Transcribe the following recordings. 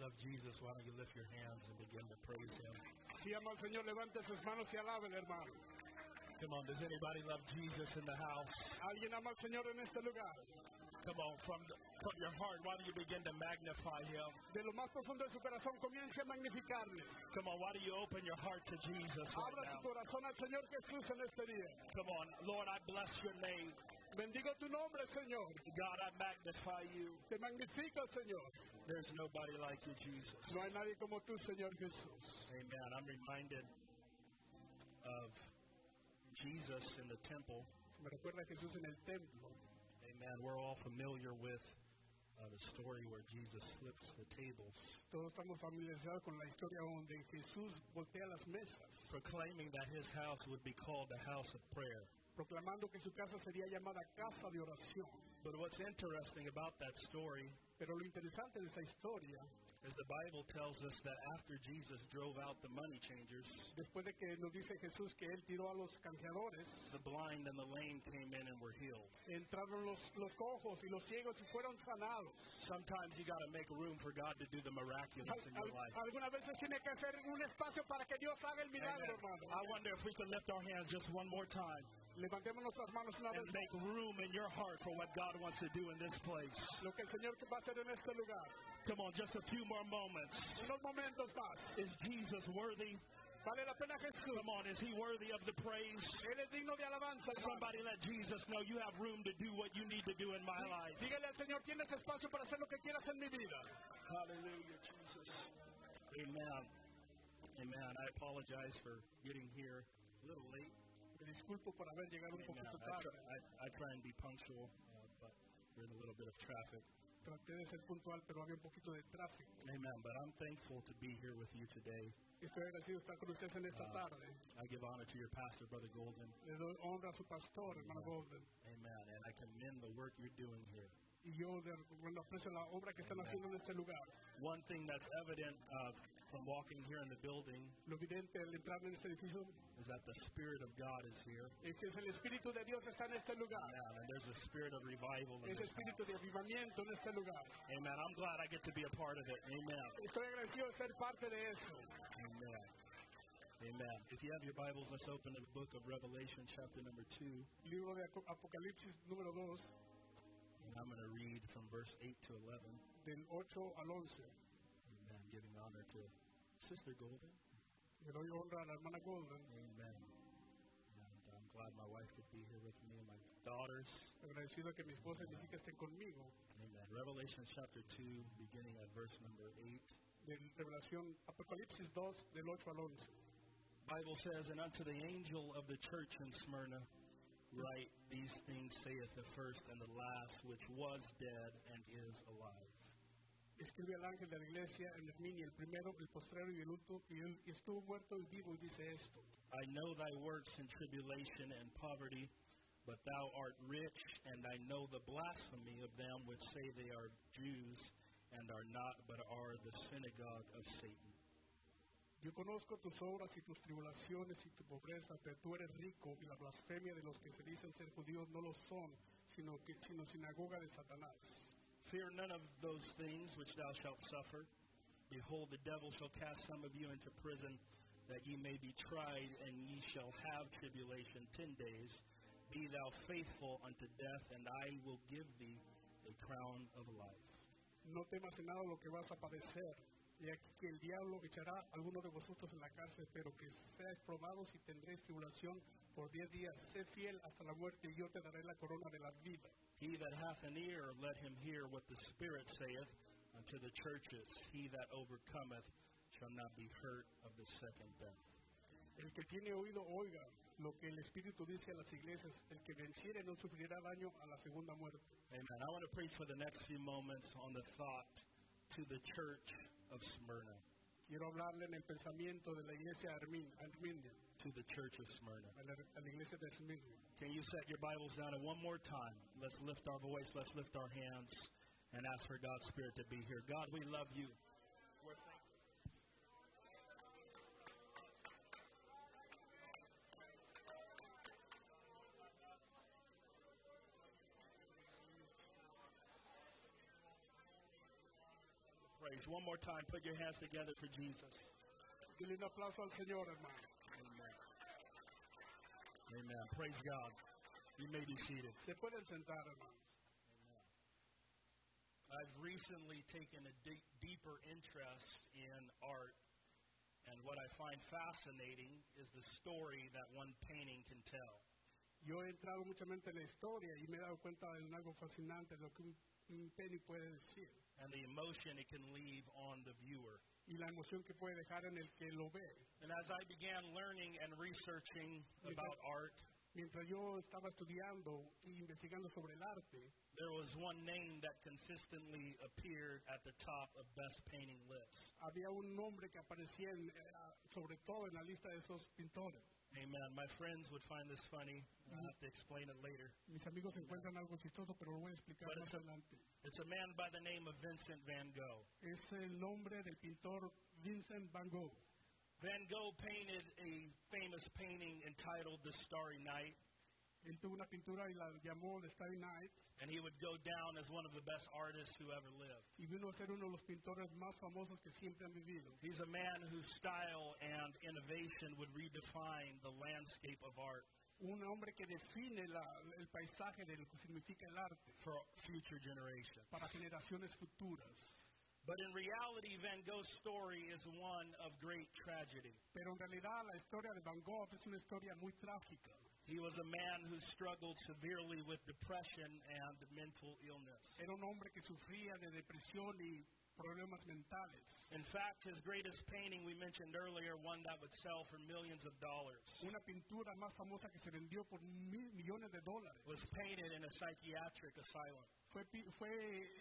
love Jesus, why don't you lift your hands and begin to praise Him? Si ama al Señor, levante sus manos y alábele, hermano. Come on, does anybody love Jesus in the house? Alguien ama al Señor en este lugar. Come on, from, the, from your heart, why don't you begin to magnify Him? De lo más profundo de su corazón, comience a magnificarle. Come on, why do you open your heart to Jesus right Abra su now? corazón al Señor Jesús en este día. Come on, Lord, I bless your name. Bendigo tu nombre, Señor. God, I magnify you. Te magnifico, Señor. There's nobody like you, Jesus. No hay nadie como tú, Señor Jesús. Amen. I'm reminded of Jesus in the temple. Me recuerda a Jesús en el templo. Amen. We're all familiar with uh, the story where Jesus flips the tables, Todos estamos familiarizados con la historia donde Jesús voltea las mesas, proclaiming that his house would be called the house of prayer. proclamando que su casa sería llamada casa de oración. But what's interesting about that story Pero lo interesante de esa historia, is the Bible tells us that after Jesus drove out the money changers, después de que nos dice Jesús que él tiró a los canjeadores, the blind and the lame came in and were healed. entraron los, los cojos y los ciegos y fueron sanados. Sometimes you got to make room for God to do the miraculous in Al- your al- life. algunas veces tiene que hacer un espacio para que Dios haga el milagro, hermano. I wonder if we could lift our hands just one more time Levantemos nuestras manos una and vez make room in your heart for what God wants to do in this place. lo que el Señor va a hacer en este lugar. Come on, just a few more moments. Unos momentos más. Is Jesus worthy? Vale la pena Jesús. Come on, is he worthy of the praise? Él es digno de alabanza. hermano. Somebody let Jesus know you have room to do what you need to do in my life. Dígale al Señor, tienes espacio para hacer lo que quieras en mi vida. Hallelujah, Jesus. Amen. Amen. I apologize for getting here a little late. Me disculpo por haber llegado un Amen. poquito I, try, tarde. I, I try and be punctual, uh, but we're in a little bit of traffic. Traté de ser puntual, pero había un poquito de tráfico. Amen. But I'm thankful to be here with you today. Estoy agradecido de estar con ustedes en esta tarde. I give honor to your pastor, Brother Golden. Le doy honra a su pastor, hermano Golden. Amen. And I commend the work you're doing here. Y yo de- bueno, aprecio la obra que están haciendo en este lugar. One thing that's evident uh, from walking here in the building Lo evidente al entrar en este edificio is that the Spirit of God is here. es que es el Espíritu de Dios está en este lugar. Amen. And there's a spirit of revival in Ese this espíritu de avivamiento en este lugar. house. Amen. I'm glad I get to be a part of it. Amen. Estoy agradecido de ser parte de eso. Amen. Amen. If you have your Bibles, let's open to the book of Revelation, chapter number 2. And Libro de Aco- Apocalipsis número 2, I'm going to read from verse 8 to 11. del 8 al 11. Amen. Giving honor to Sister Golden. Le doy honra a la hermana Golden. Amen. And I'm glad my wife could be here with me and my daughters. Agradecido que mi esposa y mis hijas estén conmigo. Amen. Revelation chapter 2, beginning at verse number 8. De Revelación Apocalipsis 2, del 8 al 11. Bible says, And unto the angel of the church in Smyrna write, These things saith the first and the last, which was dead and is alive. Escribe al ángel de la iglesia en Herminia, el primero, el postrero y el último, y él estuvo muerto y vivo, y dice esto. I know thy works in tribulation and poverty, but thou art rich, and I know the blasphemy of them which say they are Jews and are not, but are the synagogue of Satan. Yo conozco tus obras y tus tribulaciones y tu pobreza, pero tú eres rico, y la blasfemia de los que se dicen ser judíos no lo son, sino, que, sino sinagoga de Satanás. Fear none of those things which thou shalt suffer. Behold, the devil shall cast some of you into prison, that ye may be tried, and ye shall have tribulation ten days. Be thou faithful unto death, and I will give thee a crown of life. No temas en nada lo que vas a padecer. Y aquí que el diablo echará a alguno de vosotros en la cárcel, pero que seáis probados y tendréis tribulación por diez días. Sé fiel hasta la muerte y yo te daré la corona de la vida. He that hath an ear, let him hear what the Spirit saith unto the churches. He that overcometh shall not be hurt of the second death. El que tiene oído, oiga lo que el Espíritu dice a las iglesias. El que venciere no sufrirá daño a la segunda muerte. Amen. I want to preach for the next few moments on the thought to the church of Smyrna. Quiero hablarle en el pensamiento de la iglesia Armin- Arminia, To the church of Smyrna. a la, a la iglesia de Smyrna. Can you set your Bibles down and one more time? Let's lift our voice, let's lift our hands, and ask for God's Spirit to be here. God, we love you. We're thankful. Pray praise. One more time, put your hands together for Jesus. Dile un aplauso al Señor, hermano. Amen. Amen. Praise God. You may be seated. Se pueden sentar, hermano. I've recently taken a deep, deeper interest in art, and what I find fascinating is the story that one painting can tell. Yo he entrado muchamente en la historia y me he dado cuenta de algo fascinante, lo que un, un penny puede decir and the emotion it can leave on the viewer. y la emoción que puede dejar en el que lo ve. And as I began learning and researching about art, Mientras yo estaba estudiando e investigando sobre el arte, there was one name that consistently appeared at the top of best painting lists. había un nombre que aparecía en, eh, ah, sobre todo en la lista de esos pintores. Amen. My friends would find this funny. I'll have to explain it later. Mis amigos encuentran algo chistoso, pero lo voy a explicar Pero más eso- adelante. It's a man by the name of Vincent van Gogh. Es el nombre del pintor Vincent Van Gogh. Van Gogh painted a famous painting entitled The Starry Night, Él tuvo una pintura y la llamó The Starry Night and he would go down as one of the best artists who ever lived. y vino a ser uno de los pintores más famosos que siempre han vivido. He's a man whose style and innovation would redefine the landscape of art Un hombre que define la- el paisaje de lo que significa el arte for future generations. para generaciones futuras. But in reality, Van Gogh's story is one of great tragedy. Pero en realidad la historia de Van Gogh es una historia muy trágica. He was a man who struggled severely with depression and mental illness. Era un hombre que sufría de depresión y problemas mentales. In fact, his greatest painting we mentioned earlier, one that would sell for millions of dollars, Una pintura más famosa que se vendió por mil millones de dólares was painted in a psychiatric asylum. fue, pi- fue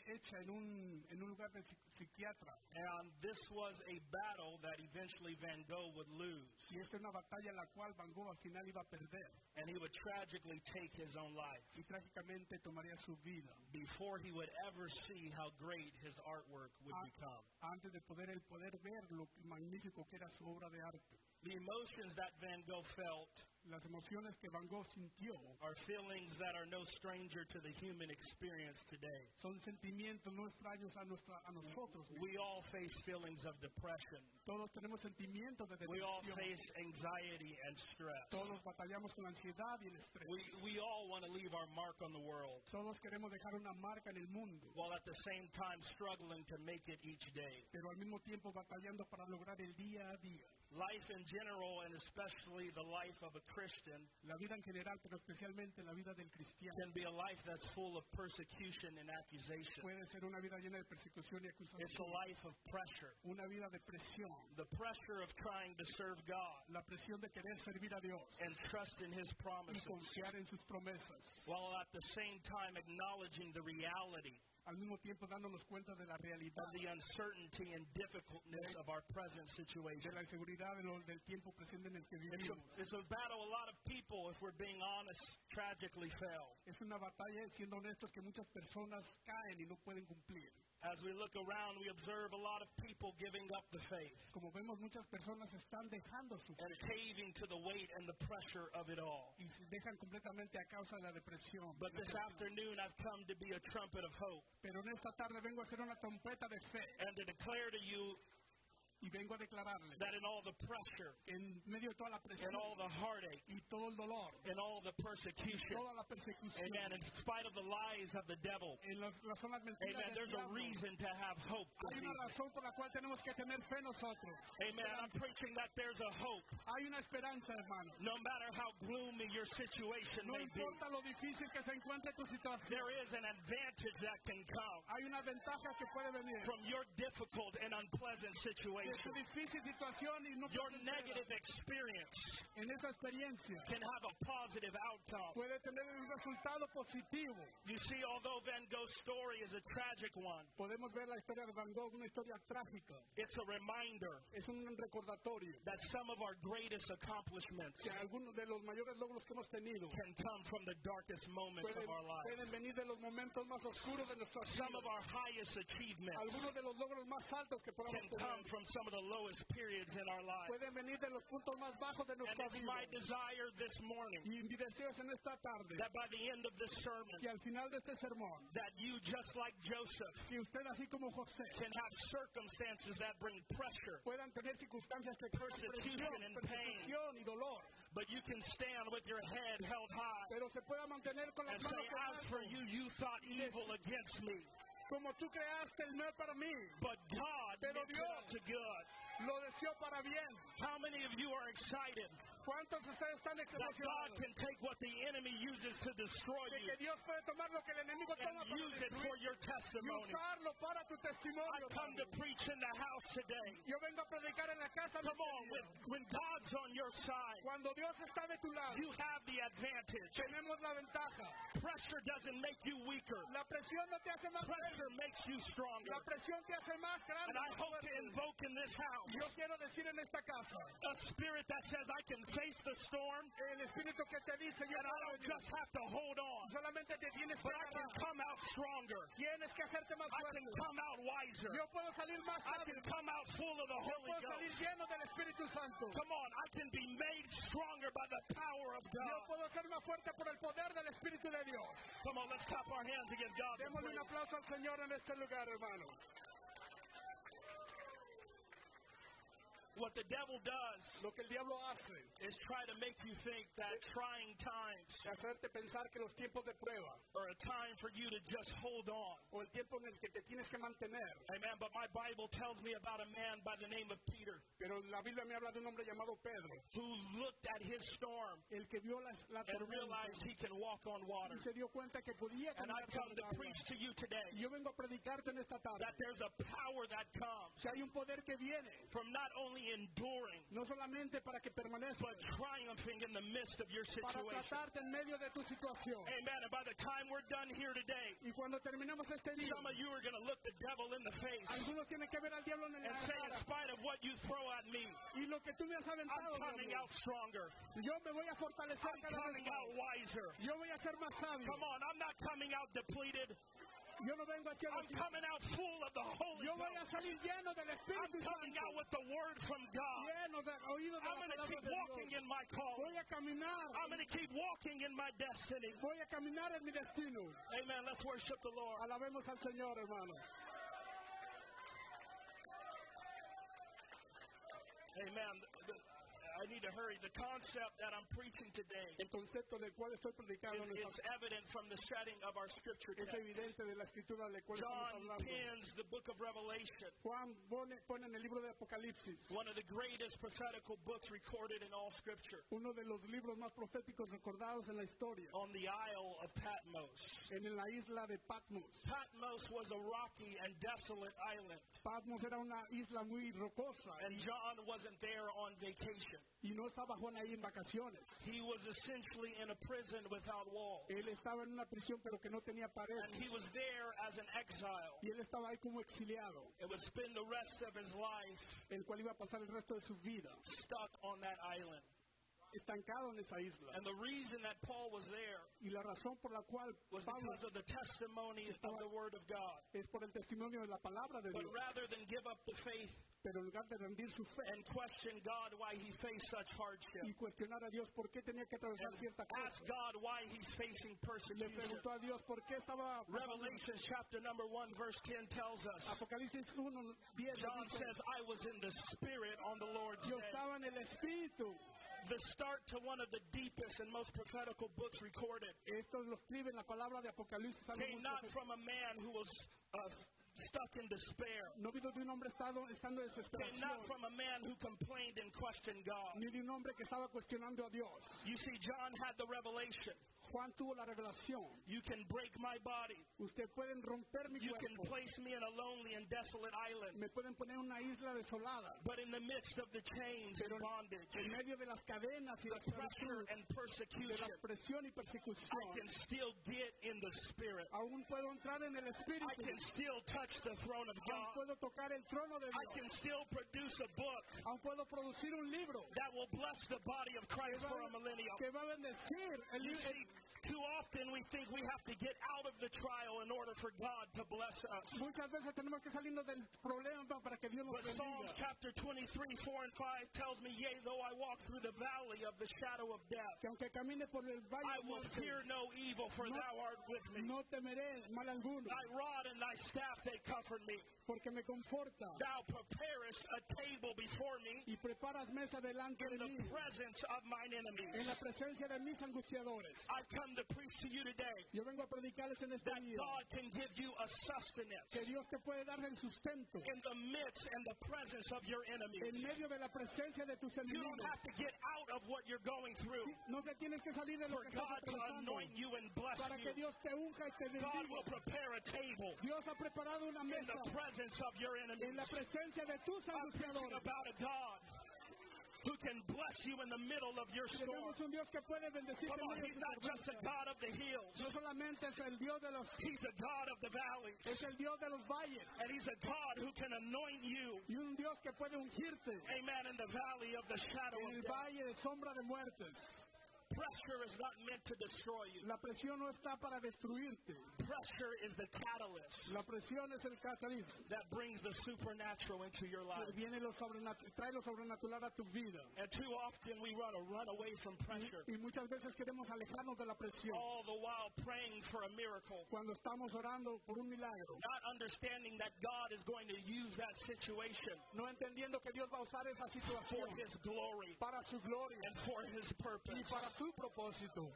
hecha en un, en un lugar de psi- psiquiatra. And this was a battle that eventually Van Gogh would lose, Y esta es una batalla la cual Van Gogh al final iba a perder. and he would tragically take his own life. Y trágicamente tomaría su vida before he would ever see how great his artwork would Ah. become. antes de poder el poder ver lo magnífico que era su obra de arte. The emotions that Van Gogh felt Las emociones que Van Gogh sintió are feelings that are no stranger to the human experience today. son sentimientos no extraños a, nuestra, a nosotros. mismos. We all face feelings of depression. Todos tenemos sentimientos de We all depresión. face anxiety and stress. Todos batallamos con la ansiedad y el estrés. We, we all want to leave our mark on the world Todos queremos dejar una marca en el mundo, while at the same time struggling to make it each day. pero al mismo tiempo batallando para lograr el día a día. Life in general, and especially the life of a Christian, La vida en general, pero especialmente la vida del cristiano, can be a life that's full of persecution and accusation. puede ser una vida llena de persecución y acusación. It's a life of pressure. Una vida de presión. the pressure of trying to serve God La presión de querer servir a Dios and trust in His y promises, confiar en sus promesas. while at the same time acknowledging the reality Al mismo tiempo dándonos cuenta de la of realidad, the uncertainty and difficultness of our present de situation. la inseguridad de lo- del tiempo presente en el que It's a, vivimos. it's a battle a lot of people, if we're being honest, tragically fail. Es una batalla, siendo honestos, que muchas personas caen y no pueden cumplir. As we look around, we observe a lot of people giving up the faith Como vemos, muchas personas están dejando su fe and caving to the weight and the pressure of it all. y se dejan completamente a causa de la depresión. But this afternoon, I've come to be a trumpet of hope Pero en esta tarde vengo a hacer una trompeta de fe and to declare to you y vengo a declararle that in all the pressure, que en medio de toda la in presión all the heartache, y todo el dolor, in all the persecution. toda la persecución, Amen. In spite of the lies of the devil. en las, las zonas Amen. mentiras, del There's a diablo, reason to have hope this hay una evening. razón por la cual tenemos que tener fe nosotros. Amen. I'm preaching that there's a hope. Hay una esperanza, hermano. No matter how gloomy your situation No may be, importa lo difícil que se encuentre tu situación, there is an advantage that can come hay una ventaja que puede venir. from your difficult and unpleasant De tu situation. difícil situación y no Your placentera, negative experience en esa experiencia can have a positive outcome. puede tener un resultado positivo. You see, although Van Gogh's story is a tragic one, Podemos ver la historia de Van Gogh, una historia trágica. it's a reminder Es un recordatorio that some of our greatest accomplishments que algunos de los mayores logros que hemos tenido can come from the darkest moments pueden, of our lives. pueden venir de los momentos más oscuros de nuestras Some vidas. of our highest achievements Algunos de los logros más altos que podamos can come tener from some of the lowest periods in our lives. pueden venir de los puntos más bajos de And nuestra it's my vida. desire this morning Y mi deseo es en esta tarde that by the end of this sermon, que al final de este sermón, that you, just like Joseph que usted así como José can have circumstances that bring pressure, puedan tener circunstancias que causan Persecution presión, and pain. persecución y dolor, but you can stand with your head held high pero se pueda mantener con and las say, manos en As alto. for you, you thought evil against me, como tú creaste el mal para mí, but God Pero meant it Dios. unto good. lo deseó para bien. How many of you are excited ¿Cuántos de ustedes están that God emocionados can take what the enemy uses to destroy de you que Dios puede tomar lo que el enemigo and toma para use it destruir for your y testimony? usarlo para tu I testimonio? come to hermano? preach in the house today. Yo vengo a predicar en la casa. Come de on, Dios. when, when God's on your side, Cuando Dios está de tu lado, you have the advantage. tenemos la ventaja. Pressure doesn't make you weaker. La presión no te hace más fuerte. Pressure makes you stronger. La presión te hace más grande. And I más hope to fuerte. invoke in this house Yo quiero decir en esta casa, a spirit that says I can face the storm el espíritu que te dice, yo and I puedo don't venir. just have to hold on, solamente te tienes que but I can agarrar. come out stronger. Tienes que hacerte más I can fuerte. come out wiser. Yo puedo salir más I sabio. can come out full of the Holy Puedo salir Ghost. lleno del Espíritu Santo. Come on, I can be made stronger by the power of Yo God. puedo ser más fuerte por el poder del Espíritu de Dios. Come on, let's clap our hands and give God the Démosle un praise. aplauso al Señor en este lugar, hermano. What the devil does Lo que el diablo hace is try to make you think that trying times es hacerte pensar que los tiempos de prueba are a time for you to just hold on. o el tiempo en el que te tienes que mantener. Amen. But my Bible tells me about a man by the name of Peter Pero la Biblia me habla de un hombre llamado Pedro, who looked at his storm el que vio la, la and tormenta realized he can walk on water. y se dio cuenta que podía And I come caminar sobre el to agua. preach to you today Y yo vengo a predicarte en esta tarde that there's a power that comes que hay un poder que viene, from not only enduring, no solamente para que permanezcas, but triumphing in the midst of your para situation. tratarte en medio de tu situación. Amen. And by the time we're done here today, Y cuando terminemos este día, some of you are going to look the devil in the face algunos tienen que ver al diablo en el and say, in cara. spite of what you throw at me, Y lo que tú me has I'm aventado, mi coming amor, out stronger. yo me voy a fortalecer I'm cada vez coming out más. wiser. Yo voy a ser más sabio. Come on, I'm not coming out depleted. Yo no vengo aquí a I'm decir, coming out full of the Holy yo voy a Ghost. salir lleno del I'm Espíritu coming out Santo, with the word from God. lleno de oído de I'm la going to palabra keep de walking Dios. in my calling. Voy a caminar, I'm going to keep walking in my destiny. voy a caminar en mi destino. Amen. Let's worship the Lord. Alabemos al Señor, hermano. Amen. The- I need to hurry. The concept that I'm preaching today El concepto del cual estoy predicando en is, esta is evident from the setting of our scripture es text. evidente de la escritura de la cual estamos John hablando. pins the book of Revelation, Juan pone, pone en el libro de Apocalipsis, one of the greatest prophetical books recorded in all scripture, uno de los libros más proféticos recordados en la historia, on the Isle of Patmos. en la isla de Patmos. Patmos was a rocky and desolate island, Patmos era una isla muy rocosa and John wasn't there on vacation. y no estaba Juan ahí en vacaciones. He was essentially in a prison without walls, Él estaba en una prisión pero que no tenía and he paredes was there as an exile. y él estaba ahí como exiliado, It would spend the rest of his life el cual iba a pasar el resto de su vida stuck on that island. estancado en esa isla. And the reason that Paul was there Y la razón por la cual was Pablo because of the testimony of the Word of God. es por el testimonio de la palabra de But Dios, rather than give up the faith pero en lugar de rendir su fe and question God why he faced such y hardship, cuestionar a Dios por qué tenía que atravesar cierta ask cosa. God why he's facing Le persecution. preguntó a Dios por qué estaba Revelation chapter number 1 verse 10 tells us Apocalipsis 1, 10 le John dice, says I was in the spirit on the Lord's yo day. estaba en el espíritu. The start to one of the deepest and most prophetical books recorded Esto lo escribe en la palabra de Apocalipsis. algo came muy not profundo. from a man who was uh, stuck in despair. No vino de un hombre estado, estando en Came not desesperación, from a man who complained and questioned God. ni de un hombre que estaba cuestionando a Dios. You see, John had the revelation. Juan tuvo la revelación. You can break my body. Usted pueden romper mi You can cuerpo. place me in a lonely and desolate island. Me pueden poner en una isla desolada, But in the midst of the chains and en bondage, medio de las cadenas y the la pressure esclavitud, and de la persecution, presión y I persecución. can still get in the spirit. Aún puedo entrar en el I espíritu. can still touch the throne of Aún God. puedo tocar el trono de I Dios. can still produce a book Aún puedo producir un libro that will bless the body of Christ que for va, a millennium. que va a bendecir el You libro. see, too often we think we have to get out of the trial in order for God to bless us. Muchas veces tenemos que salirnos del problema para que Dios nos But Psalms bendiga. chapter 23, 4 and 5 tells me, Yea, though I walk through the valley of the shadow of death, Que aunque camine por el valle I de will muerte, fear no evil, for thou art with me. no temeré mal alguno, Thy rod and thy staff, they comfort me. porque me conforta Thou preparest a table before me y preparas mesa delante in de the mí presence of mine en enemies. la presencia de mis angustiadores. I come to preach to you today Yo vengo a predicarles en este that día God can give you a sustenance que Dios te puede dar el sustento in the midst and the presence of your en enemies. medio de la presencia de tus You don't enemigos. have to get out of what you're going through No te tienes que salir de lo for que estás God to atravesando anoint you and bless para you. que Dios te unja y te God bendiga. will prepare a table Dios ha preparado una in mesa the presence of your enemies. en la presencia de tus I'm preaching angustiadores. about a God who can bless you in the middle of your storm. Tenemos un Dios que puede bendecirte. Come en on, medio de He's tu not just a tormenta. God of the hills. No solamente es el Dios de los He's a God of the valleys. es el Dios de los valles And He's a God who can anoint you, y un Dios que puede ungirte amen, in the valley of the shadow en of el death. valle de sombra de muertes. Pressure is not meant to destroy you. La presión no está para destruirte. Pressure is the catalyst La presión es el catalizador. that brings the supernatural into your life. Viene lo sobrenat- trae lo sobrenatural a tu vida. And too often we run, run away from pressure, Y muchas veces queremos alejarnos de la presión all the while praying for a miracle. cuando estamos orando por un milagro, not understanding that God is going to use that situation no entendiendo que Dios va a usar esa for situación His glory para su gloria and for His y purpose. para su propósito.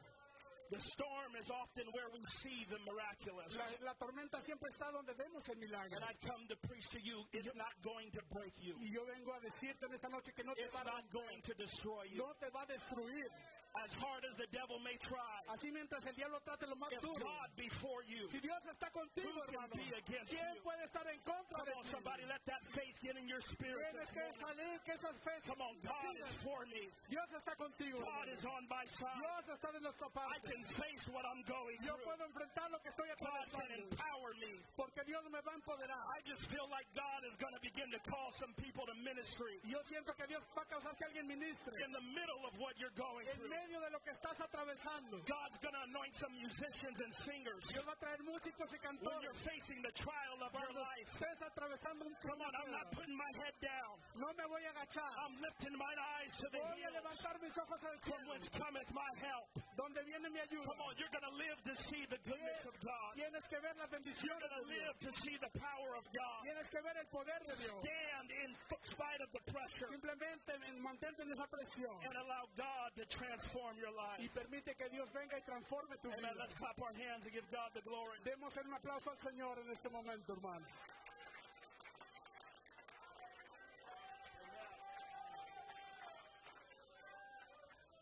The storm is often where we see the miraculous. La, la tormenta siempre está donde vemos el milagro. And I've come to preach to you, it's not going to break you. Y yo vengo a decirte en esta noche que no te It's va a, not going to destroy you. no te va a destruir. As hard as the devil may try, Así mientras el diablo trate lo más if duro. God be for you, Si Dios está contigo, Who can hermano, be against ¿quién you? puede estar en contra come de on, ti? somebody, let that faith get in your spirit Tienes this que morning. salir, que esas fe Come on, God sigan. is for me. Dios está contigo. God hermano. is on my side. Dios está de nuestra I parte. can face what I'm going Yo through. puedo enfrentar lo que estoy God can atravesando. empower me. Porque Dios me va a empoderar. I just feel like God is going to begin to call some people to ministry Yo siento que Dios va a causar que alguien ministre. in the middle of what you're going En through. medio de lo que estás atravesando. God's going to anoint some musicians and singers Dios va a traer músicos y when cantores. you're facing the trial of your Cuando life. estés atravesando un Come on, I'm not problema, putting my head down. no me voy a agachar. I'm lifting mine eyes to the Voy a hills levantar mis ojos al from cielo, whence cometh my help. donde viene mi ayuda. Come on, you're going to live to see the goodness of God. Tienes que ver las You're bendiciones going to de Dios. live to see the power of God. Tienes que ver el poder de Dios. Stand in spite of the pressure Simplemente en- mantente en esa presión and allow God to transform your y life. permite que Dios venga y transforme tu Amen. vida. Let's clap our hands and give God the glory. Demos un aplauso al Señor en este momento, hermano.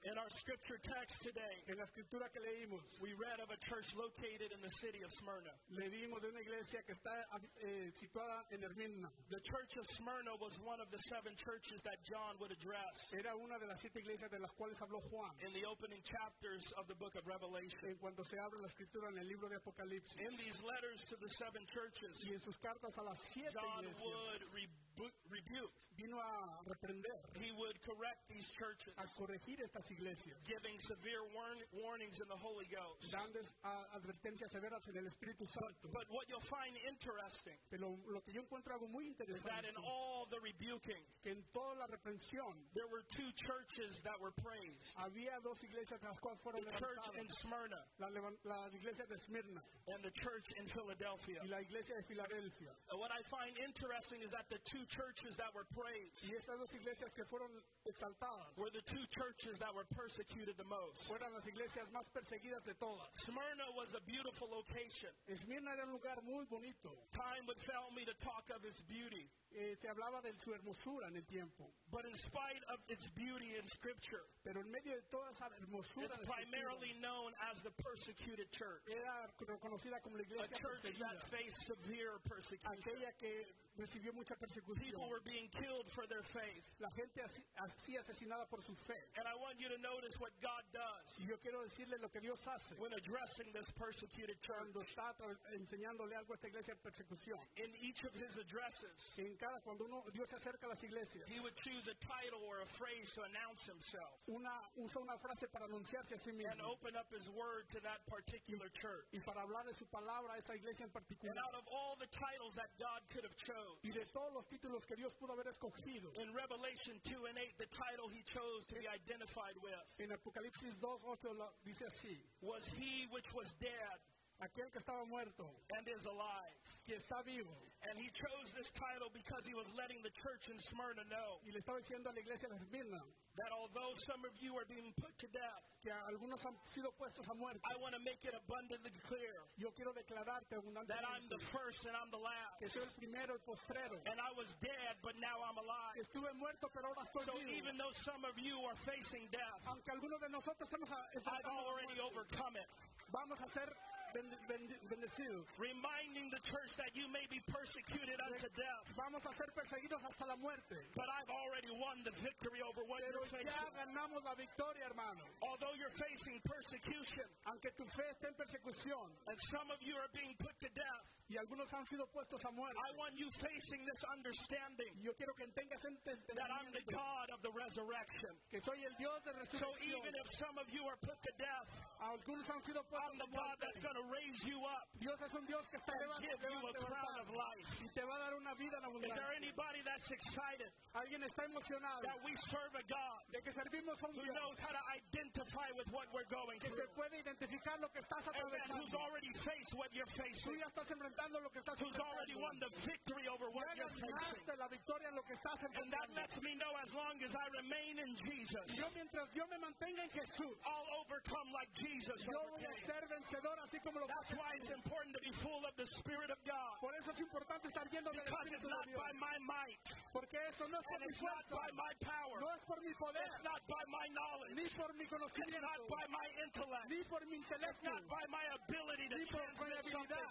In our scripture text today, En la escritura que leímos, we read of a church located in the city of Smyrna. leímos de una iglesia que está eh, situada en Hermina. The church of Smyrna was one of the seven churches that John would address Era una de las siete iglesias de las cuales habló Juan in the opening chapters of the book of Revelation. en cuanto se abre la escritura en el libro de Apocalipsis. In these letters to the seven churches, Y en sus cartas a las siete John iglesias would rebu- rebuke, vino a reprender, he would correct these churches, a corregir estas iglesias, giving severe warn- warnings in the Holy Ghost. dando es- a- advertencias severas en el Espíritu Santo. But what you'll find interesting Pero lo que yo encuentro algo muy is that interesante in all the rebuking, que en toda la reprensión there were two churches that were praised. había dos iglesias a las cuales fueron the church in levantadas. Smyrna La, levan- la iglesia de Esmirna and the church in Philadelphia. y la iglesia de Filadelfia. And what I find interesting is that the two churches that were praised Y estas dos iglesias que fueron exaltadas were the two churches that were persecuted the most. fueron las iglesias más perseguidas de todas. Smyrna was a beautiful location. Esmirna era un lugar muy bonito. Time would fail me to talk of its beauty. Eh, se hablaba de su hermosura en el tiempo, But in spite of its beauty in Scripture, pero en medio de toda esa hermosura it's de su primarily known as the persecuted church, tiempo, era reconocida como la a iglesia church that perseguida, faced severe persecution. aquella que recibió mucha persecución. People were being killed for their faith. La gente así, así asesinada por su fe. And I want you to notice what God does Y yo quiero decirle lo que Dios hace when addressing this persecuted church. cuando está tra- enseñándole algo a esta iglesia en persecución. in each of his addresses, En indicada cuando uno, Dios se acerca a las iglesias. He would choose a title or a phrase to announce himself Una, usa una frase para anunciarse a sí and mismo open up his word to that particular church. y para hablar de su palabra a esa iglesia en particular. And out of all the titles that God could have chose, Y de todos los títulos que Dios pudo haber escogido, in Revelation 2 and 8, the title he chose to be identified with en Apocalipsis 2, 8 lo- dice así, was He which was dead aquel que estaba muerto, and is alive. que está vivo, And he chose this title because he was letting the church in Smyrna know y le estaba diciendo a la iglesia de Esmirna that although some of you are being put to death, que a- algunos han sido puestos a muerte. I want to make it abundantly clear Yo quiero declararte that I'm abundantemente the first and I'm the que last. soy el primero, el postrero, And I was dead, but now I'm que alive. estuve muerto pero ahora estoy So vivo. even though some of you are facing death, Aunque algunos de nosotros hemos a- I've enfrentado la already muerte, overcome it. vamos a ser ben- ben- bendecidos. Reminding the church that you may be persecuted unto death, Vamos a ser perseguidos hasta la muerte. but I've already won the victory over what Pero you're ya facing. ganamos la victoria, hermano. Although you're facing persecution, Aunque tu fe esté en persecución and some of you are being put to death, y algunos han sido puestos a muerte, I want you facing this understanding yo quiero que tengas entendimiento that I'm the God of the resurrection. que soy el Dios de So resurrección. even if some of you are put to death, Algunos han sido I'm puestos a the God muerte. that's going to raise you up Dios es un Dios que está and levantando give you a crown of life. y te va a dar una vida en Is there abundancia. anybody that's excited Alguien está emocionado that we serve a God de que servimos a un who Dios knows how to identify with what we're going que se through puede identificar lo que estás and, and who's atravesando. already faced what you're Tú facing, ya estás enfrentando lo que estás who's already enfrentando. won the victory over what Ya you're facing? ganaste la victoria en lo que estás And that enfrentando. lets me know as long as I remain in Jesus, Yo mientras yo me mantenga en Jesús, I'll overcome like Jesus yo voy a overcame. ser vencedor así como lo That's fue why it's Jesús. important to be full of the Spirit of God. Por eso es importante estar yendo del Because it's Espíritu not de by Dios. my might, Porque eso no es and por mi it's not fuerza, by my power, no es por mi poder, it's not by my knowledge, ni por mi it's conocimiento, not by my intellect, ni por mi it's intelecto, not by my ability to Ni por transmit mi something.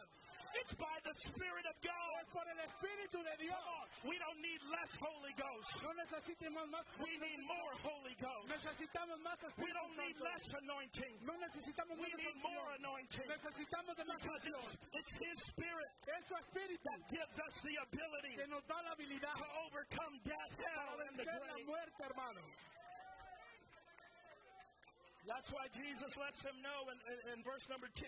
It's by the Spirit of God. es por el Espíritu de Dios. Come on, we don't need less Holy Ghost. No necesitamos más We need more Holy Ghost. Necesitamos más We Espíritu don't need Santo. less anointing. No necesitamos We menos need unción. more anointing. Necesitamos de más Because unción. it's, it's His Spirit Es su Espíritu that gives us the ability que to nos da la habilidad overcome death, hell, para and the vencer la grave. muerte, hermano. That's why Jesus lets them know in, in, in verse number 10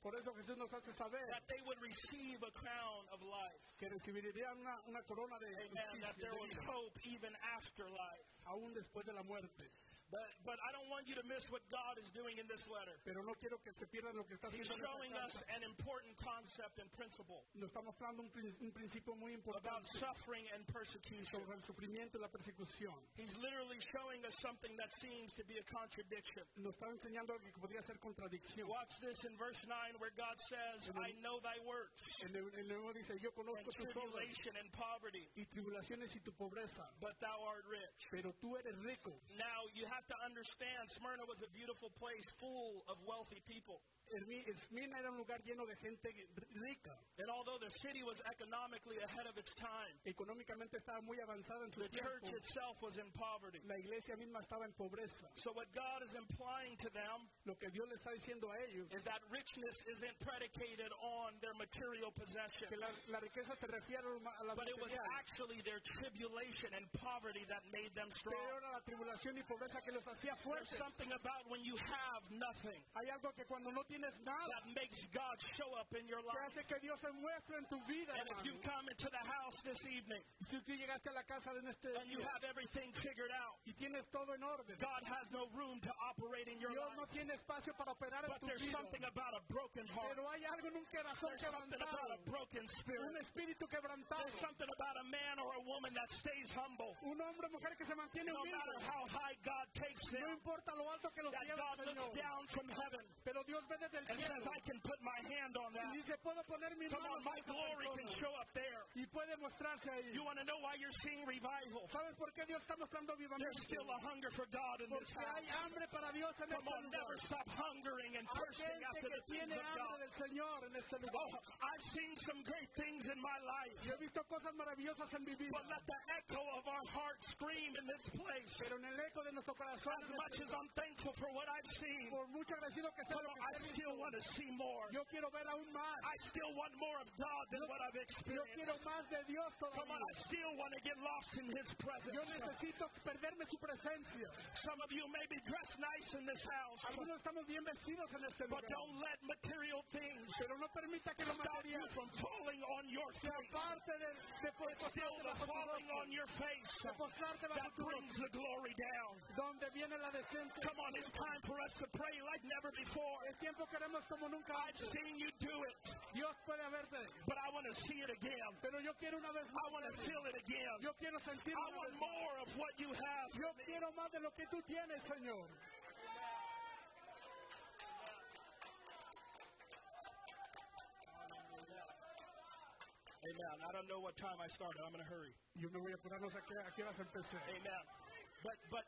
Por eso Jesús nos hace saber that they would receive a crown of life que recibirían una, una corona de and justicia, that there de was vida, hope even after life. aún después de la muerte. But, but I don't want you to miss what God is doing in this letter. Pero no quiero que se pierdan lo que está He's haciendo. en esta showing carta. us an important concept and principle Nos está mostrando un, prin- un principio muy about importante suffering and persecution. sobre el sufrimiento y la persecución. He's literally showing us something that seems to be a contradiction. Nos está enseñando algo que podría ser contradicción. Watch this in verse 9 where God says, I know thy works En el, el nuevo dice, yo and conozco tus obras tribulation and poverty, y tribulaciones y tu pobreza, but thou art rich. pero tú eres rico. Now, you have to understand, Smyrna was a beautiful place full of wealthy people. Esmi- Esmirna era un lugar lleno de gente ri- rica. And although the city was economically ahead of its time, Económicamente estaba muy avanzada en su the church tiempo. itself was in poverty. La iglesia misma estaba en pobreza. So, what God is implying to them Lo que Dios le está diciendo a ellos is that richness isn't predicated on their material possessions, que la, la riqueza se refiere a lo ma- a la but it was material, actually their tribulation and poverty that made them pero strong. era la tribulación y pobreza que los hacía There's fuertes. something about when you have nothing Hay algo que cuando no tienes nada, that makes God show up in your que life. hace que Dios se muestre en tu vida. And if hermano. you've come into the house this evening Si tú llegaste a la casa de este and you have everything figured out, y tienes todo en orden, God has no room to operate in your Dios no life. tiene espacio para operar en But tu there's vida. something about a broken heart. Pero hay algo en un corazón There's something about quebrantado, a broken un spirit. espíritu quebrantado, There's something about a man or a woman that stays humble. un hombre o mujer que se mantiene No humilde. matter how high God takes No them, importa lo alto que los that lleve, God looks Señor. down from heaven Pero Dios ve desde el and says, cielo I can put my hand on that. y dice, puedo poner mi Come mano on, my sobre esa glory can persona show up there. y puede mostrarse ahí. You want to know why you're seeing revival? ¿Sabes por qué Dios está mostrando There's avivamiento? still a hunger for God in this Porque hay house. hambre para Dios en Come este on, never lugar. stop hungering and Hay thirsting gente after que the things tiene of hambre God. del Señor en este lugar. Oh, I've seen some great things in my life. Yo he visto cosas maravillosas en mi vida. But let the echo of our hearts scream in this place Pero en el eco de nuestro corazón, as much as I'm thankful for what I've seen. por mucho agradecido que sea Come lo on, que I esté visto, still want to see more. yo quiero ver aún más. I still want more of God than what I've Yo quiero experienced. más de Dios Come on, todavía. I still want to get lost in His Yo presence. necesito perderme su presencia. Some of you may be dressed nice in this house, Algunos Pues estamos bien vestidos en este but lugar, don't let material things pero no permita que lo stop you material from falling on your te face. aparte de, de postrarte Still, the bajo tu falling rostro, on your face de postrarte bajo that tu rostro, brings the glory down. donde viene la decencia. Come on, it's time for us to pray like never before. Es tiempo que haremos como nunca I've antes. seen you do it, Dios puede haberte, but I want to see it again. pero yo quiero una vez I más. want to verlo. feel it again. Yo quiero sentir I una want vez más. more of what you have. Yo quiero más de lo que tú tienes, Señor. Amen. I don't know what time I started. I'm in a hurry. Yo me voy a apurarnos aquí, aquí vas a empezar. Amen. But but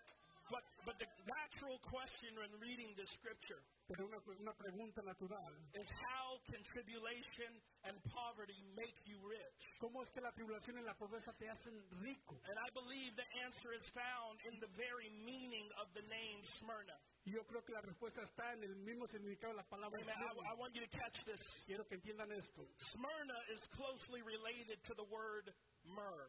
but but the natural question when reading the scripture Pero una, una pregunta natural. is how can tribulation and poverty make you rich? ¿Cómo es que la tribulación y la pobreza te hacen rico? And I believe the answer is found in the very meaning of the name Smyrna. Y yo creo que la respuesta está en el mismo significado de la palabra. Amen. I, esmirna. I want you to catch this. Quiero que entiendan esto. Smyrna is closely related to the word myrrh.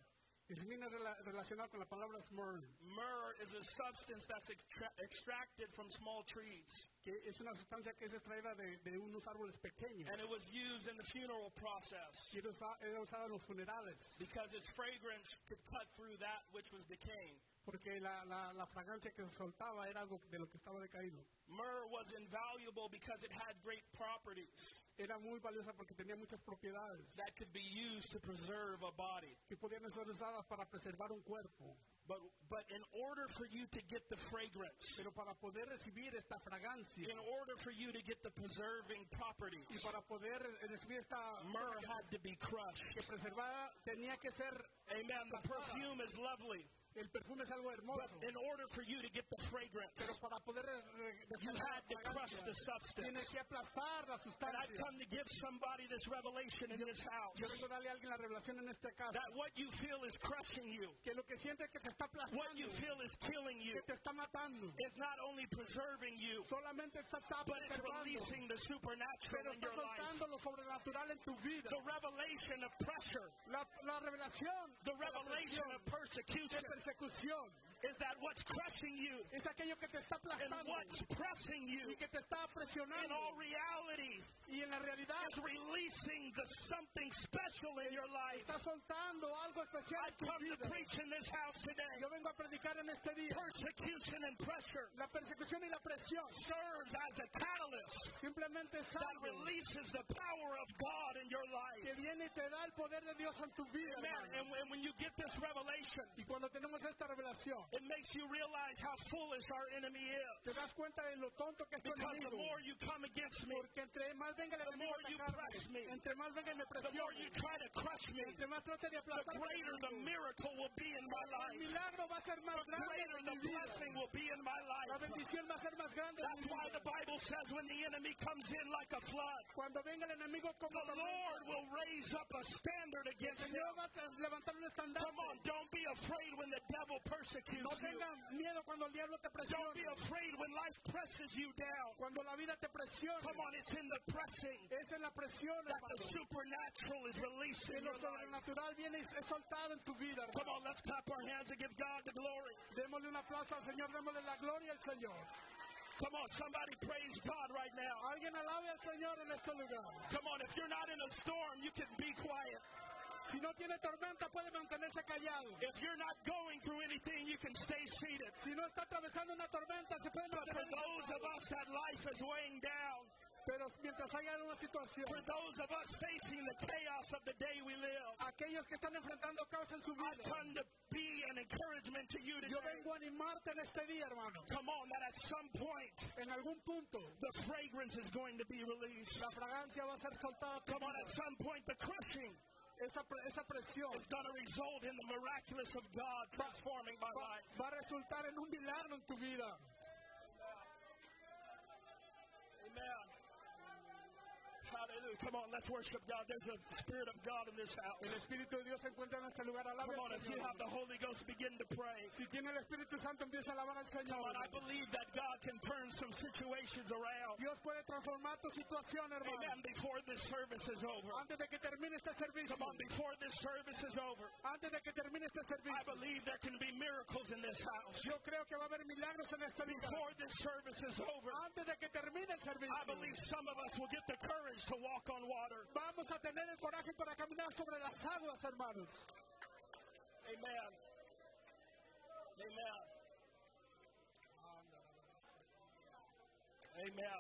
Esmirna es rela- relacionado con la palabra smyrna, Myrrh is a substance that's extra- extracted from small trees, que es una sustancia que es extraída de, de unos árboles pequeños. and it was used in the funeral process Y era usa- era usada en los funerales, because its fragrance could cut through that which was decaying. porque la, la- la fragancia que se soltaba era algo de lo que estaba decaído. Myrrh was invaluable because it had great properties Era muy valiosa porque tenía muchas propiedades that could be used to preserve a body. que podían ser usadas para preservar un cuerpo. But, but in order for you to get the fragrance, Pero para poder recibir esta fragancia in order for you to get the preserving properties, y para poder re- recibir esta myrrh had to be crushed. que preservada tenía que ser, Amen. The perfume is lovely. el perfume es algo hermoso, In order for you to get the fragrance, pero para poder re- re- you deshacer had to la crush fragancia, the tiene substance. que aplastar And la I've sustancia. come to give somebody this revelation in this house Yo vengo a darle a alguien la revelación en este caso, that what you feel is crushing you, que lo que siente es que te está what aplastando, you feel is killing you, que te está matando, is not only preserving you, solamente está está but it's preservando, releasing the supernatural pero in está your life. soltando lo sobrenatural en tu vida. The revelation of pressure, La, la revelación the revelation of de persecution persecución is that what's crushing you es aquello que te está and aplastando what's pressing you y que te está in all presionando reality y en la realidad is releasing the something special in your life. está soltando algo especial en I've tu come to vida. preach in this house today. Yo vengo a predicar en este día. Persecution and pressure La persecución y la presión serves as a catalyst simplemente es that algo releases the power of God in your life. que viene y te da el poder de Dios en tu vida. Amen. hermano. And and when you get this revelation, Y cuando tenemos esta revelación, it makes you realize how foolish our enemy is. te das cuenta de lo tonto que es tu Because the enemigo. more you come against me, Porque entre más venga el enemigo a more you atacarme, press me, entre más venga y me the more you presione, try to crush me, entre más trate de the aplastarme, greater the miracle will be in my el life. milagro va a ser más The grande greater en the mi vida. blessing will be in my La life. bendición va a ser más grande en mi That's why vida. the Bible says when the enemy comes in like a flood, Cuando venga el enemigo como the tormenta, Lord will raise up a standard el against him. Señor va a levantar un estandarte. Come on, don't be afraid when the devil No persecutes you. tengas miedo cuando el diablo te Don't be presione, afraid when life presses you down. cuando la vida te presione. Come on, it's in the pressing Es en la presión, that the hermano. supernatural is released Que in lo your life. sobrenatural viene y es soltado en tu vida, hermano. Come on, let's clap our hands and give God the glory. Démosle un aplauso al Señor, démosle la gloria al Señor. Come on, somebody praise God right now. Alguien alabe al Señor en este lugar. Come on, if you're not in a storm, you can be quiet. Si no tiene tormenta, puede mantenerse callado. If you're not going through anything, you can stay seated. Si no está atravesando una tormenta, se puede But for mantener. those of us that life is weighing down, Pero mientras haya una situación, for those of us facing the chaos of the day we live, aquellos que están enfrentando caos en su I've vida, come to be an encouragement to you yo today. vengo a animarte en este día, hermano. Come on, that at some point, En algún punto, the fragrance is going to be released. la fragancia va a ser soltada. Come on, at some point, the crushing Esa, pre- esa presión is going to result in the miraculous of God transforming my va, life. va a resultar en un milagro en tu vida. Amen. Hallelujah. Come on, let's worship God. There's a spirit of God in this El house. Espíritu de Dios se encuentra en este lugar. Alaba Come on, al if you Señor. have the Holy Ghost, begin to pray. Si tiene el Espíritu Santo, empieza a alabar al Señor. But I believe that God can turn some situations around. Dios puede transformar tu situación, hermano. Amen. Before this service is over. Antes de que termine este servicio. Come on, before this service is over. Antes de que termine este I servicio. believe there can be miracles in this house. Yo creo que va a haber milagros en este lugar. Before this service is over, Antes de que termine el I servicio. believe some of us will get the courage to walk on water. Vamos a tener el coraje para caminar sobre las aguas, hermanos. Amen. Amen. Amen.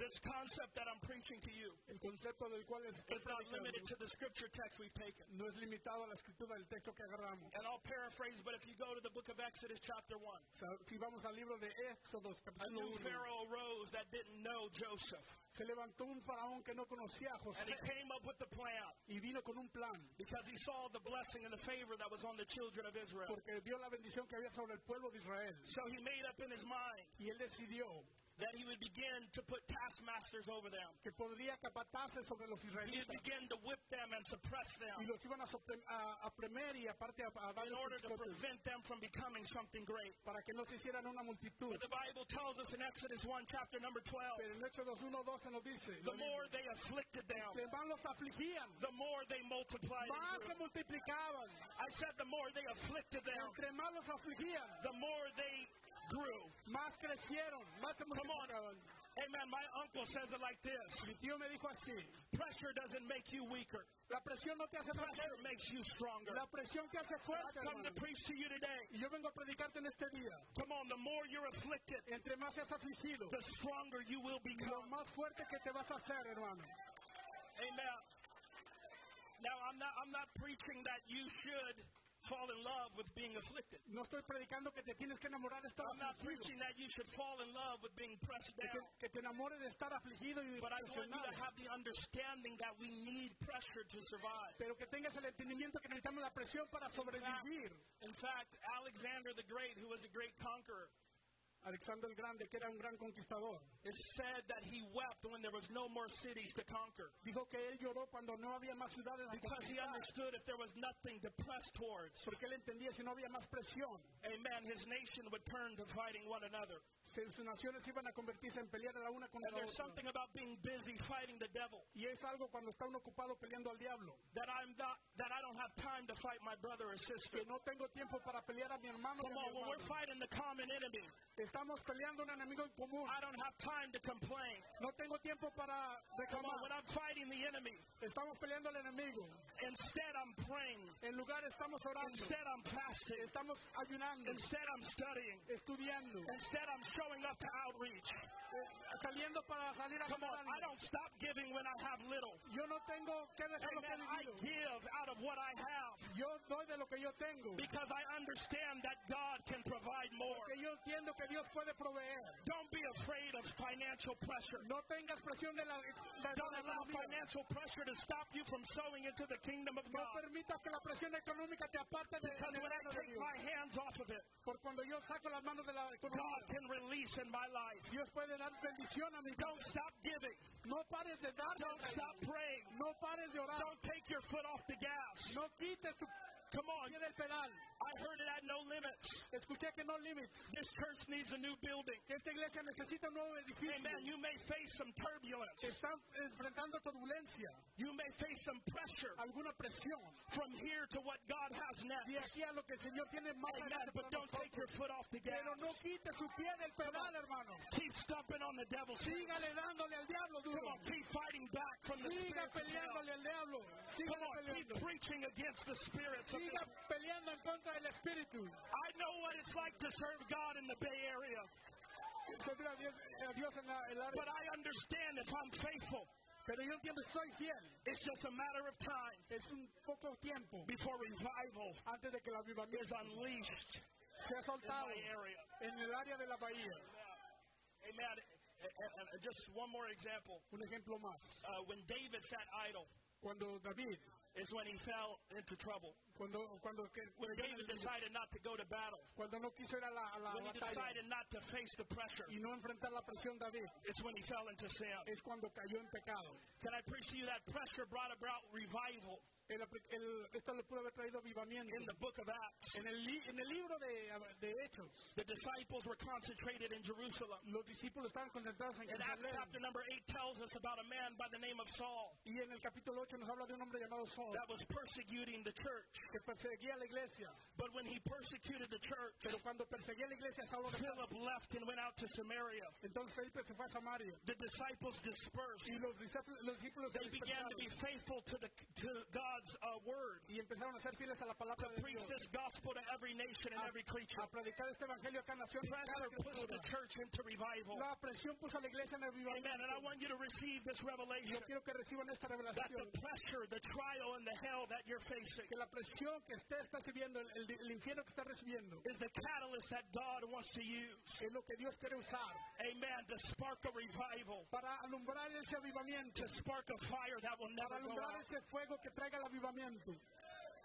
This concept that I'm preaching to you El concepto del cual es is not limited to the scripture text we've taken. no es limitado a la escritura del texto que agarramos. And I'll paraphrase, but if you go to the book of Exodus, chapter 1, O sea, si vamos al libro de Éxodo, a capítulo new 1, Pharaoh arose that didn't know Joseph. se levantó un faraón que no conocía a And José he came up with the plan y vino con un plan, because he saw the blessing and the favor that was on the children of Israel. porque vio la bendición que había sobre el pueblo de Israel. So he made up in his mind Y él decidió that he would begin to put taskmasters over them. que podría capatarse sobre los He would israelitas begin to whip them and suppress y them los iban a, sopre- a- a premer y aparte a, a in darles order to picotes prevent them from becoming something great. para que no se hicieran una multitud. But the Bible tells us in Exodus 1, chapter number 12, Pero en Éxodo 1.12 nos dice, the more they afflicted them, que más los afligían, the more they multiplied. and más se grew. multiplicaban, I said the more they afflicted them, entre más los afligían, the more they grew. más crecieron, más se Come on. multiplicaban. Amen. My uncle says it like this. Mi tío me dijo así, Pressure doesn't make you weaker. la presión no te hace Pressure fuerte, makes you stronger. la presión te hace I've fuerte. come to hermano. preach to you today. Y yo vengo a predicarte en este día, Come on, the more you're afflicted, entre más seas afligido, the stronger you will lo become. más fuerte que te vas a hacer, hermano. Amen. Now, I'm not, I'm not preaching that you should fall in love with being afflicted. No estoy predicando que te tienes que enamorar de estar I'm not afligido, preaching that you should fall in love with being pressed que te, down. que te enamores de estar afligido y But I want you to presionado. have the understanding that we need pressure to survive. Pero que tengas el entendimiento que necesitamos la presión para sobrevivir. In fact, Alexander the Great, who was a great conqueror, Alexander el Grande, que era un gran conquistador, it said that he wept when there was no more cities to conquer. dijo que él lloró cuando no había más ciudades a Because he conquistar, understood if there was nothing to press towards, porque él entendía si no había más presión, amen, his nation would turn to fighting one another. si sus naciones iban a convertirse en pelear la una And contra la there's otra. something about being busy fighting the devil Y es algo cuando está uno ocupado peleando al diablo, that I'm not that I don't have time to fight my brother or sister. que no tengo tiempo para pelear a mi hermano. y a Come mi on, when we're hermana. fighting the common enemy, Estamos peleando un enemigo en común. I don't have time to complain. No tengo tiempo para Ah. Come on, reclamar. when I'm fighting the enemy, Estamos peleando al enemigo. instead I'm praying. En lugar estamos orando, Instead I'm fasting. estamos ayunando, Instead I'm studying. estudiando, Instead I'm showing up to outreach. eh, saliendo para salir a Come on, ganar I alma. don't stop giving when I have little. Yo no tengo que dejar lo que he Amen. I vivido. give out of what I have Yo doy de lo que yo tengo. because I understand that God can provide more. Que yo entiendo que Dios puede proveer. Don't be afraid of financial pressure. No tengas presión de la, de la Don't allow economía. financial pressure to stop you from sowing into the kingdom of No God. permitas que la presión económica te aparte de, Because del when I reino de take Dios. my hands off of it, Por cuando yo saco las manos de la God economía, can release in my life. Dios puede dar bendición a mi vida. Don't stop giving. No pares de dar. Don't stop praying. No pares de orar. Don't take your foot off the gas. No quites tu Come on. pie del pedal. I heard it at No Limits. Escuché que no limits. This church needs a new building. Que esta iglesia necesita un nuevo edificio. Amen. You may face some turbulence. Están enfrentando turbulencia, You may face some pressure alguna presión. from here to what God has Y next. aquí a lo que el Señor tiene más Amen. adelante But para don't take nosotros. your foot off the Pero gas. no quite su pie del pedal, hermano. Keep stomping on the devil's feet. Sígale dándole al diablo, duro. Come on, keep fighting back from the Siga spirits of hell. peleándole al diablo. Siga Come on, keep peleando. preaching against the spirits of Siga this. peleando en contra del espíritu. I know what it's like to serve God in the Bay Area, Servir a Dios, a Dios en la, el área. but I understand if I'm faithful, Pero yo entiendo, soy fiel. it's just a matter of time Es un poco tiempo before revival antes de que el is avivamiento unleashed sea in soltado my area. en el área de la bahía. Amen. And- and- and Just one more example. Un ejemplo más. Uh, when David sat idle, Cuando David is when he fell into trouble. Cuando, cuando, que- When cuando- David decided not to go to battle, cuando no quiso ir a la, a la when he batalla decided not to face the pressure, y no enfrentar la presión David, it's when he fell into sin. es cuando cayó en pecado. Can I preach to you that pressure brought about revival El- el- esto le pudo haber traído avivamiento. in the book of Acts? En el, li- en el libro de, de Hechos, The disciples were concentrated in Jerusalem. los discípulos estaban concentrados en And Acts chapter Jerusalén. number 8 tells us about a man by the name of Saul Y en el capítulo 8 nos habla de un hombre llamado Saul that was persecuting the church. que perseguía a la iglesia. But when he persecuted the church, Pero cuando perseguía a la iglesia, Saulo dejó. Philip left and went out to Samaria. Entonces Felipe se fue a Samaria. The disciples dispersed. Y los discípulos, los discípulos se They began to dispersaron be faithful to, the, to God's uh, word, y empezaron a ser fieles a la palabra de preach Dios. this gospel to every nation and every creature. A predicar este evangelio a cada nación. y cada Pressure pushed criatura. the church into revival. La presión puso a la iglesia en el Amen. And I avivamiento. want you to receive this Yo revelation quiero que reciban esta that the revelación. pressure, the trial, and the hell that you're facing Que la presión que usted está recibiendo, el, el- el infierno que está recibiendo, is the catalyst that God wants to use. es lo que Dios quiere usar Amen. To spark a revival, para alumbrar ese avivamiento. to spark a fire that will never Para go alumbrar out. ese fuego que traiga el avivamiento.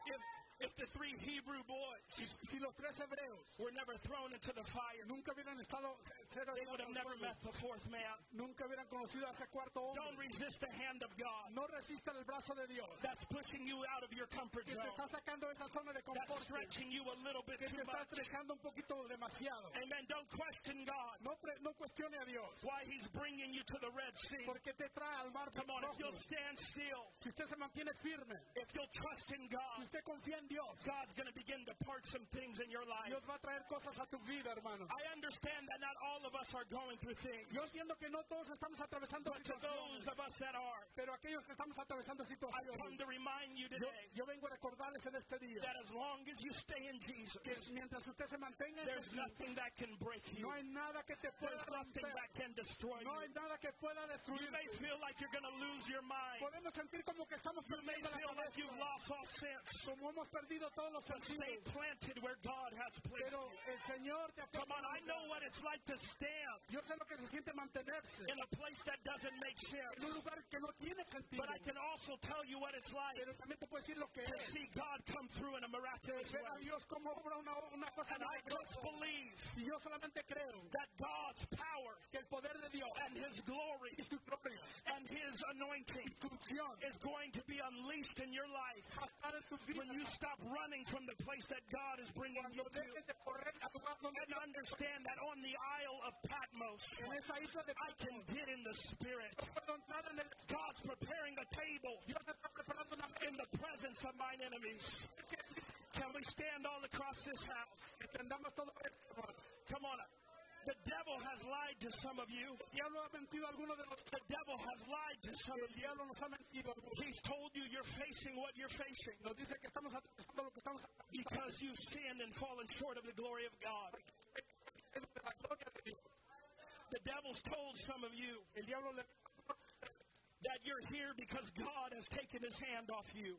If, if the three Hebrew boys Si los tres hebreos were never thrown into the fire, nunca hubieran estado cero they would have never met the fourth man. nunca hubieran conocido a ese cuarto Don't hombre. resist the hand of God. No resistan el brazo de Dios. That's pushing you out of your comfort Que te está zone. sacando de esa zona de That's confort. stretching you a little bit Que te too está much. estresando un poquito demasiado. Amen. Don't question God. No, pre- no cuestione a Dios. Why he's bringing you to the Red Sea. Porque te trae al mar Come on, if rojo. you'll stand still, Si usted se mantiene firme, if you'll trust in si God, usted confía en Dios, God's going to begin to part some things in your life. Dios va a traer cosas a tu vida, hermano. I understand that not all of us are going through things, Yo entiendo que no todos estamos atravesando but to those situaciones, of us that are, pero aquellos que estamos atravesando I come situaciones, to remind you yo, today yo vengo a recordarles en este día that as long as you stay in Jesus, que mientras usted se mantenga, en there's Jesús, nothing that can break you. no hay nada que te pueda There's nothing romper, that can destroy no you. hay nada que pueda You destruir. may feel like you're going to lose your mind. Podemos sentir como que estamos You may perdiendo la feel like you've cabeza, lost all sense. como hemos perdido todos los But stay sentidos, planted where God has placed pero you. el Señor te ha Come puesto on, en I un know lugar. what it's like to stand Yo sé lo que se siente mantenerse in a place that doesn't make en un sense. lugar que no tiene sentido, But I can also tell you what it's like pero también te puedo decir lo que to es. see God come through in a miraculous Ver a way. Dios cómo obra una, una cosa And I just milagrosa. believe Y yo solamente creo that God's power que el poder de Dios and His glory y su propia and His anointing instrucción is going to be unleashed in your life va a estar en tus when you vidas. stop running from the place that God is bringing you Cuando to. dejes de correr a tu lugar donde And understand that on the Isle of Patmos, en esa isla de I can get in the Spirit. no puedo entrar en el God's preparing a table Dios está preparando una in the presence of mine enemies. Can we stand all across this house? que tendamos todo esto. hermano. Come on. The devil has lied to some of you. El diablo ha mentido a alguno de los The devil has lied to some of el you. diablo nos ha mentido. a algunos. He's told you you're facing what you're facing Nos dice que estamos atravesando lo que estamos atravesando because you've sinned and fallen short of the glory of God. de la gloria de Dios. The devil's told some of you El diablo le that you're here because God has taken his hand off you.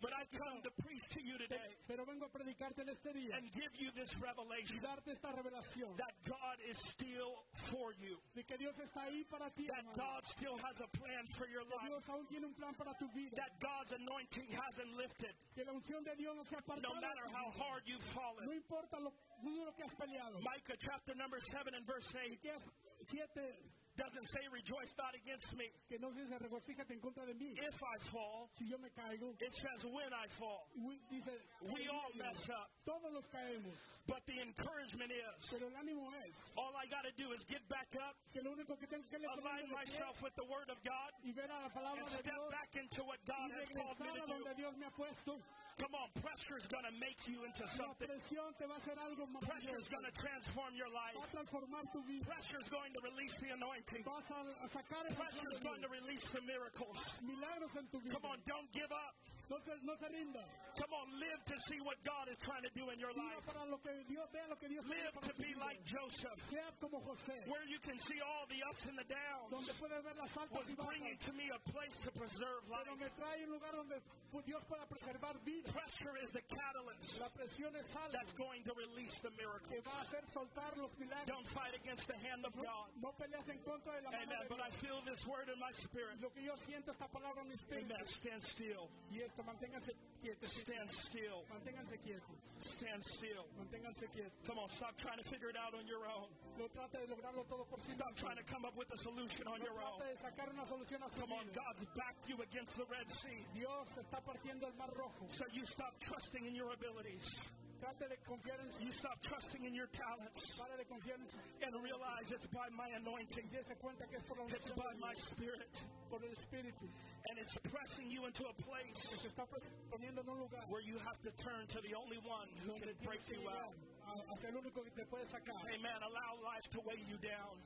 But I've come to preach to you today pero vengo a predicarte en este día and give you this y revelation darte esta revelación that God is still for you, de que Dios está ahí para ti, that hermano. God still has a plan for your life, Dios aún tiene un plan para tu vida. that God's anointing hasn't lifted, Que la unción de Dios no se aparta. no matter how hard you've No fallen. importa lo duro que has peleado. Micah chapter number 7 and verse 8 Que has siete doesn't say, Rejoice not against me que no se regocíjate en contra de mí. if I fall. Si yo me caigo, It says, When I fall. Wi- dice, We all mess up. todos los caemos, But the encouragement is, pero el ánimo es all I got to do is get back up, que lo único que tengo que le align myself with the Word of God, y ver a la palabra and de step Dios back into what y God has called me regresar to a do. donde Dios me ha puesto. Come on, pressure's going to make you into La something. presión te va a hacer algo Pressure's maravilloso. going to transform your Va a life. transformar tu vida. Pressure's going to release the anointing. Vas a, a sacar el Pressure's going control de to release the miracles. Dios. milagros en tu vida. Come on, don't give up. No se, no se rinda. Come on, live to see what God is trying to do in your Viva life. para lo que Dios vea lo que Dios quiere Live para to tu be vida. like Joseph, Sea como José, where you can see all the ups and the downs. donde puedes ver las altas Was y bringing bajas, to me a place to preserve pero life. me trae un lugar donde Dios pueda preservar vida. Pressure Pressure is the catalyst La presión es that's algo going to release the que miracles. va a hacer soltar los milagros. Don't fight against the hand of God. No peleas en contra de la mano Amen. de But Dios. I feel this word in my spirit. Lo que yo siento esta palabra en mi espíritu. Amen. Stand still. Y esto, manténganse quietos. Stand still. Manténganse quietos. Stand still. Manténganse quietos. Come on, stop trying to figure it out on your own. No trate de lograrlo todo por sí Stop mismo. trying to come up with a solution on your Trata own. de sacar una solución a su Come on, vida. God's backed you against the Red Sea. Dios está partiendo el mar rojo. So you stop trusting in your abilities. Trate de confiar en sí. You stop trusting in your talents Para de confiar en sí. and realize it's by my anointing. Y dése cuenta que es por la It's unción by de my Dios, spirit. por el espíritu. And it's pressing you into a place Se está pres- poniendo en un lugar where you have to turn to the only one who donde can break tienes que you llegar out. a- hacia el único que te puede sacar. Amen. Allow life to weigh you down.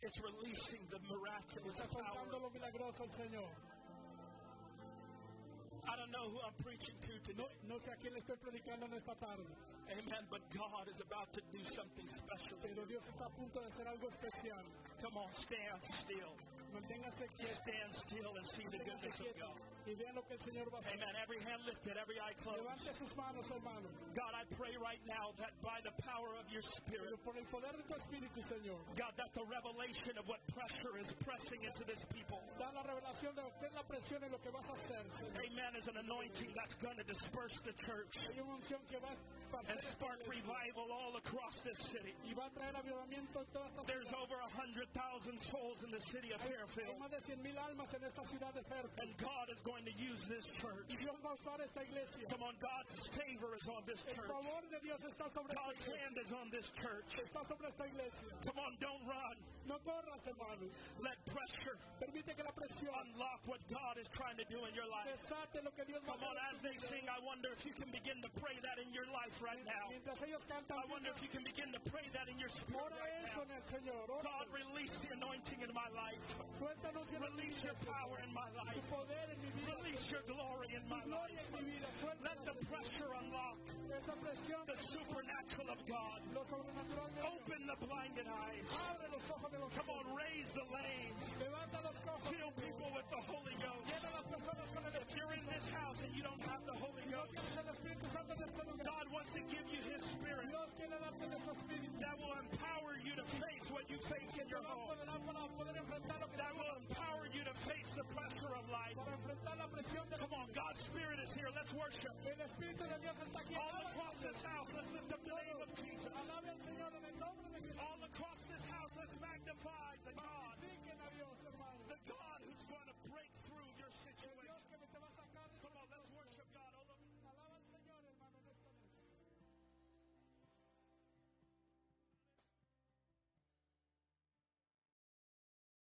It's releasing the miraculous Está soltando power. lo milagroso al Señor. I don't know who I'm preaching to No, today. no sé a quién le estoy predicando en esta tarde, Amen. But God is about to do something special. pero Dios está a punto de hacer algo especial. Come on, stand still. Manténganse quietos. Stand still and see the goodness Manténganse of quietos God. y vean lo que el Señor va a hacer. Amen. Every hand lifted, every eye closed. Levante sus manos, hermano. God, I pray right now that by the power of your Pero spirit, por el poder de tu espíritu, Señor, God, that the revelation of what pressure is pressing into this people, da la revelación de qué es la presión en lo que vas a hacer, Señor. amen, is an anointing that's going to disperse the church Hay una unción que va a and esparcir esta spark iglesia revival all across this city. y va a traer avivamiento en todas estas There's over 100,000 souls in the city of Hay Fairfield, más de 100.000 almas en esta ciudad de Fairfield. and God is going to use this church. Dios va a usar esta iglesia. Come on, God's favor is on this El church. favor de Dios está sobre esta God's iglesia. hand is on this church. Está sobre esta iglesia. Come on, don't run. No corras, hermano. Let pressure Permite que la presión unlock what God is trying to do in your life. desate lo que Dios va a Um, Come on, hacer. as they sing, I wonder if you can begin to pray that in your life right now. Mientras ellos cantan, I wonder if you can begin to pray that in your spirit right ora eso now. en el Señor. Ora. God, release the anointing in my life. Suelta anuncio de Release your power in my tu life. poder en mi vida. Release your glory in my Gloria life. en mi vida. Let Suelta the pressure unlock esa presión. the supernatural of God. Lo sobrenatural de Dios. Open the blinded eyes. Abre los ojos de los Come on, raise the lame. Levanta los ojos. Fill people with the Holy Ghost. Llena a las personas con el If you're in this house and you don't have the Holy Ghost, Tienes el Espíritu Santo en este lugar. God wants to give you His Spirit Dios quiere darte de su Espíritu. that will empower you to face what you face in Te your va a home. empoderar para poder este